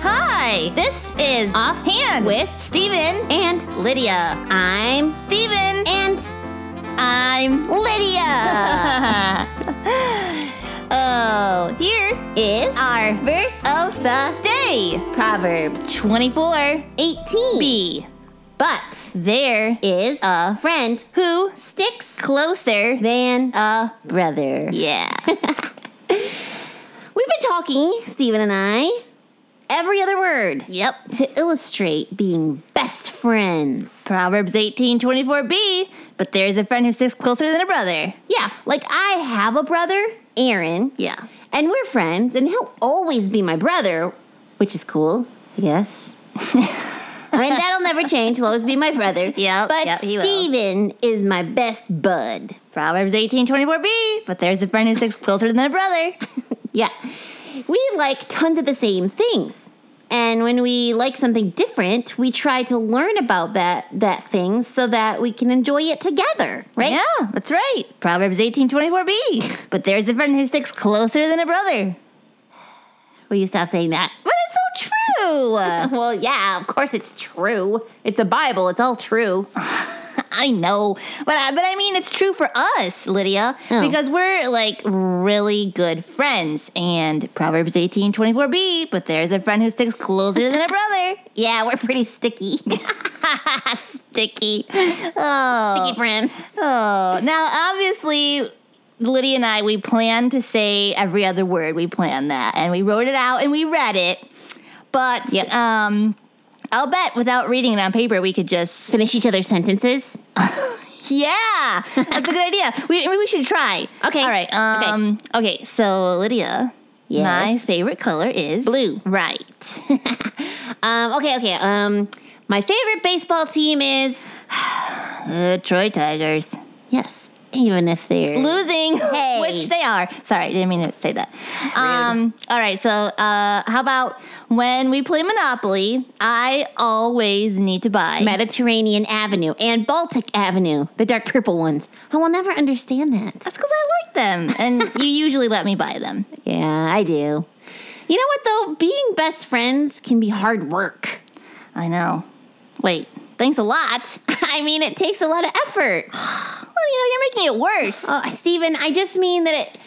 Hi, this is Offhand with Steven And Lydia. I'm Steven, and I'm Lydia oh, here is our verse of the day Proverbs 24b. 18. But There is a friend who sticks closer than a brother. yeah. We've been talking, Stephen and I, every other word yep. to illustrate being best friends. Proverbs 18 24b. But there's a friend who sticks closer than a brother. Yeah, like I have a brother, Aaron. Yeah. And we're friends, and he'll always be my brother, which is cool, I guess. I mean, that'll never change. He'll always be my brother. Yep, But yep, he will. Steven is my best bud. Proverbs 18 24b. But there's a friend who sticks closer than a brother. Yeah. We like tons of the same things. And when we like something different, we try to learn about that that thing so that we can enjoy it together, right? Yeah, that's right. Proverbs 18 24b. But there's a friend who sticks closer than a brother. Will you stop saying that? But it's so true. well, yeah, of course it's true. It's the Bible, it's all true. I know, but I, but I mean it's true for us, Lydia, Oh. because we're like really good friends. And Proverbs eighteen twenty four b. But there's a friend who sticks closer than a brother. Yeah, we're pretty sticky. Sticky. Oh. sticky friends. Oh. Now, obviously, Lydia and I we planned to say every other word. We planned that, and we wrote it out and we read it. But Yep. um, I'll bet without reading it on paper, we could just Finish each other's sentences. Yeah, that's a good idea. We maybe we should try. Okay. All right. Okay. Um. Okay. So Lydia, Yes. my favorite color is Blue. Right. Um, okay, okay. Um, my favorite baseball team is The Uh, Troy Tigers yes, even if they're losing, Hey. which they are. Sorry, didn't mean to say that. Um. All right. So, uh, how about when we play Monopoly? I always need to buy. Mediterranean Avenue and Baltic Avenue, the dark purple ones. I will never understand that. that's because I like them, and you usually let me buy them. Yeah, I do. You know what though? Being best friends can be hard work. I know. Wait. Thanks a lot. I mean, it takes a lot of effort. Lydia, you're making it worse. Oh, Stephen, I just mean that it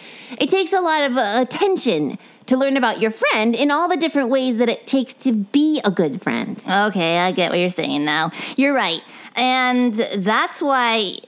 it takes a lot of uh, attention to learn about your friend in all the different ways that it takes to be a good friend. Okay, I get what you're saying now. You're right. And that's why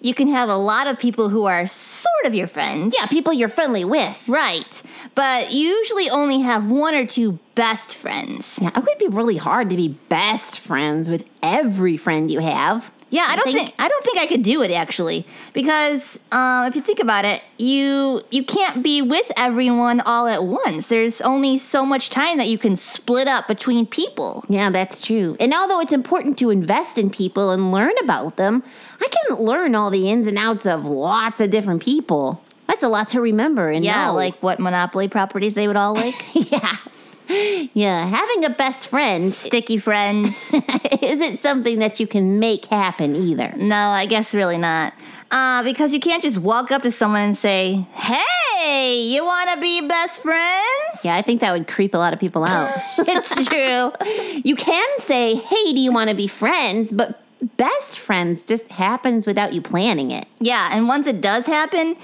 you can have a lot of people who are sort of your friends. Yeah, people you're friendly with. Right. But you usually only have one or two best friends. Yeah, it would be really hard to be best friends with every friend you have. Yeah, I don't think- think, I don't think I could do it actually because um, if you think about it, you you can't be with everyone all at once. There's only so much time that you can split up between people. Yeah, that's true. And although it's important to invest in people and learn about them, I can learn all the ins and outs of lots of different people. That's a lot to remember and Yeah, know. like what monopoly properties they would all like. yeah. Yeah, having a best friend Sticky friends. isn't something that you can make happen either. No, I guess really not. Uh, because you can't just walk up to someone and say, hey, you want to be best friends? Yeah, I think that would creep a lot of people out. It's true. you can say, "Hey, do you want to be friends?" but best friends just happens without you planning it. yeah, and once it does happen,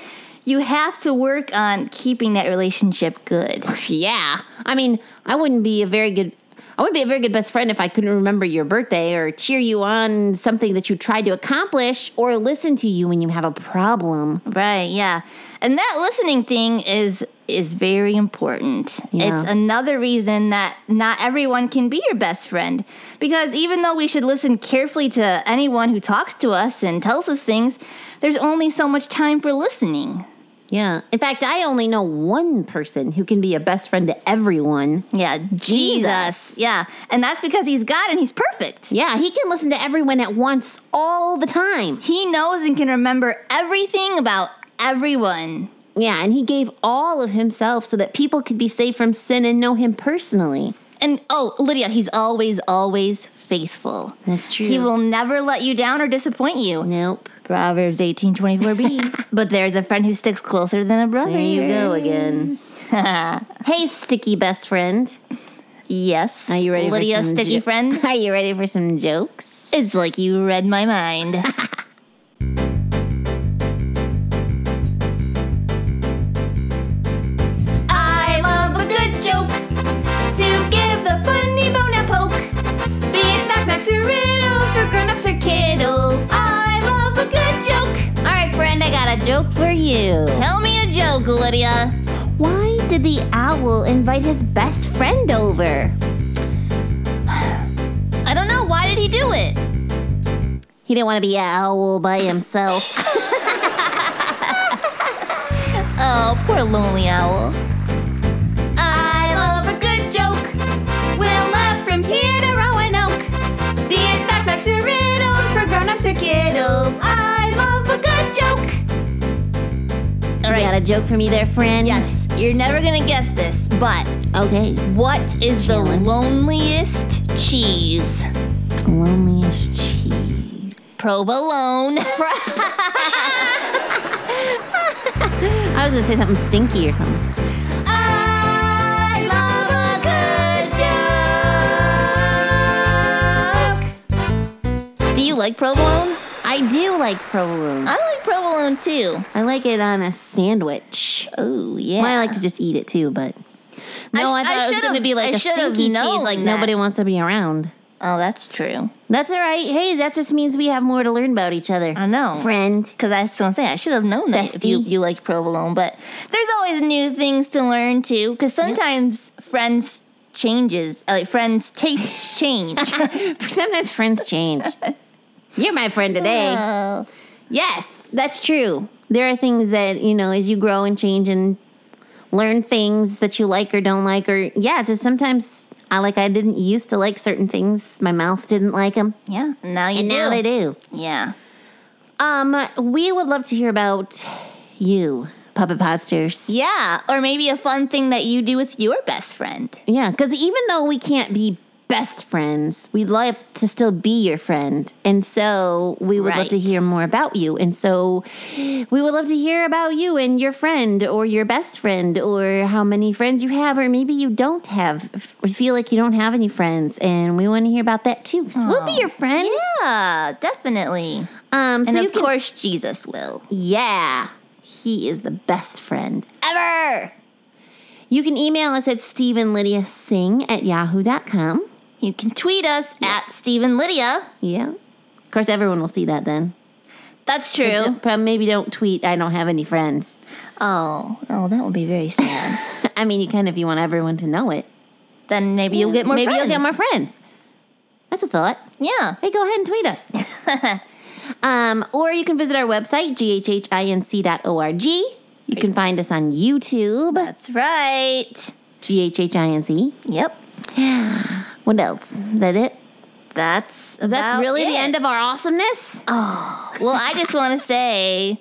you have to work on keeping that relationship good. Yeah. I mean, I wouldn't be a very good I wouldn't be a very good best friend if I couldn't remember your birthday or cheer you on something that you tried to accomplish or listen to you when you have a problem. Right, yeah. And that listening thing is is very important. Yeah. It's another reason that not everyone can be your best friend because even though we should listen carefully to anyone who talks to us and tells us things, there's only so much time for listening. Yeah. In fact, I only know one person who can be a best friend to everyone. Yeah, Jesus. Jesus. Yeah. And that's because he's God and he's perfect. Yeah, he can listen to everyone at once all the time. He knows and can remember everything about everyone. Yeah, and he gave all of himself so that people could be saved from sin and know him personally. And oh, Lydia, he's always, always faithful. That's true. He will never let you down or disappoint you. Nope. Proverbs 18:24b. but there's a friend who sticks closer than a brother. There you go again. hey, sticky best friend. Yes. Are you ready Lydia for some Sticky jo- Friend? Are you ready for some jokes? It's like you read my mind. I love a good joke to give the funny bone a poke. Be it knockbacks or riddles for grown-ups or kiddles. I love a good joke. All right, friend, I got a joke for you. Tell me a joke, Lydia. Why did the owl invite his best friend over? I don't know. Why did he do it? He didn't want to be an owl by himself. Oh, poor lonely owl. I love a good joke. We'll laugh from here to Roanoke. Be it backpacks or riddles for grown-ups or kiddles. I love a good joke. All You got right. a joke for me there, friend? Yes. You're never gonna guess this, but Okay. what is the Challenge. loneliest cheese? Loneliest cheese. Provolone. I was gonna say something stinky or something. I love a good joke. Do you like provolone? I do like provolone. I like provolone too. I like it on a sandwich. Oh yeah. Well, I like to just eat it too, but no, I, I thought it was should've- going to be like I a should've stinky cheese, known like that. nobody wants to be around. oh, that's true. That's all right. Hey, that just means we have more to learn about each other. I know. friend. Because I was gonna say I should have known that if you, Bestie. you like provolone, but there's always new things to learn too. Because sometimes friends changes, uh, like friends tastes change. Sometimes friends change. You're my friend today. Oh. Yes, that's true. There are things that, you know, as you grow and change and learn things that you like or don't like, or yeah, just sometimes I like, I didn't used to like certain things. My mouth didn't like them. yeah, now you And do. now they do. Yeah. Um, we would love to hear about you, Puppet Podsters. Yeah, or maybe a fun thing that you do with your best friend. Yeah, because even though we can't be best friends, we'd love to still be your friend. And so we would love to Right. hear more about you. And so we would love to hear about you and your friend or your best friend or how many friends you have, or maybe you don't have, f- or feel like you don't have any friends. And we want to hear about that too. 'cause we'll be your friends. Yeah, definitely. Um, so And you of can, course, Jesus will. yeah, he is the best friend ever. You can email us at StephenLydiaSing at yahoo.com. You can tweet us at Stephen Lydia. Yeah. Of course, everyone will see that then. That's true. Prob- Maybe don't tweet, I don't have any friends. oh, oh, that would be very sad. I mean, you can if you want everyone to know it. then maybe you'll get more. Maybe friends. you'll get more friends. That's a thought. Yeah. Hey, go ahead and tweet us. um, or you can visit our website, ghhinc.org. You can find us on YouTube, That's right. ghhinc. Yep. What else? Is that it? That's Is that really the end of our awesomeness? well, I just want to say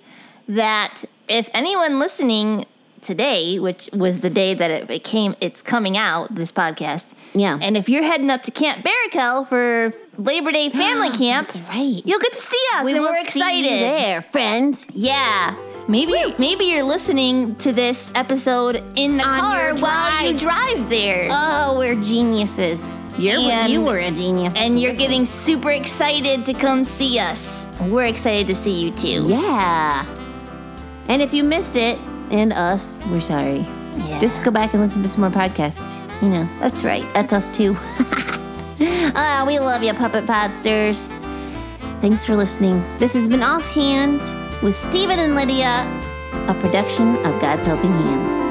that if anyone listening today, which was the day that it, it came, it's coming out this podcast. Yeah. And if you're heading up to Camp Barracuel for Labor Day Family Camp, Ah, That's right. you'll get to see us, and we're excited. See you there, friend. Yeah. Maybe maybe you're listening to this episode in the On car your while you drive. drive there. Oh, we're geniuses. You're And- you were a genius. and you're getting super excited to come see us. We're excited to see you too. yeah. And if you missed it and us, we're sorry. Yeah. Just go back and listen to some more podcasts. You know, that's right. that's us too. Ah, we love you, puppet podsters. Thanks for listening. This has been Offhand with Stephen and Lydia, a production of God's Helping Hands.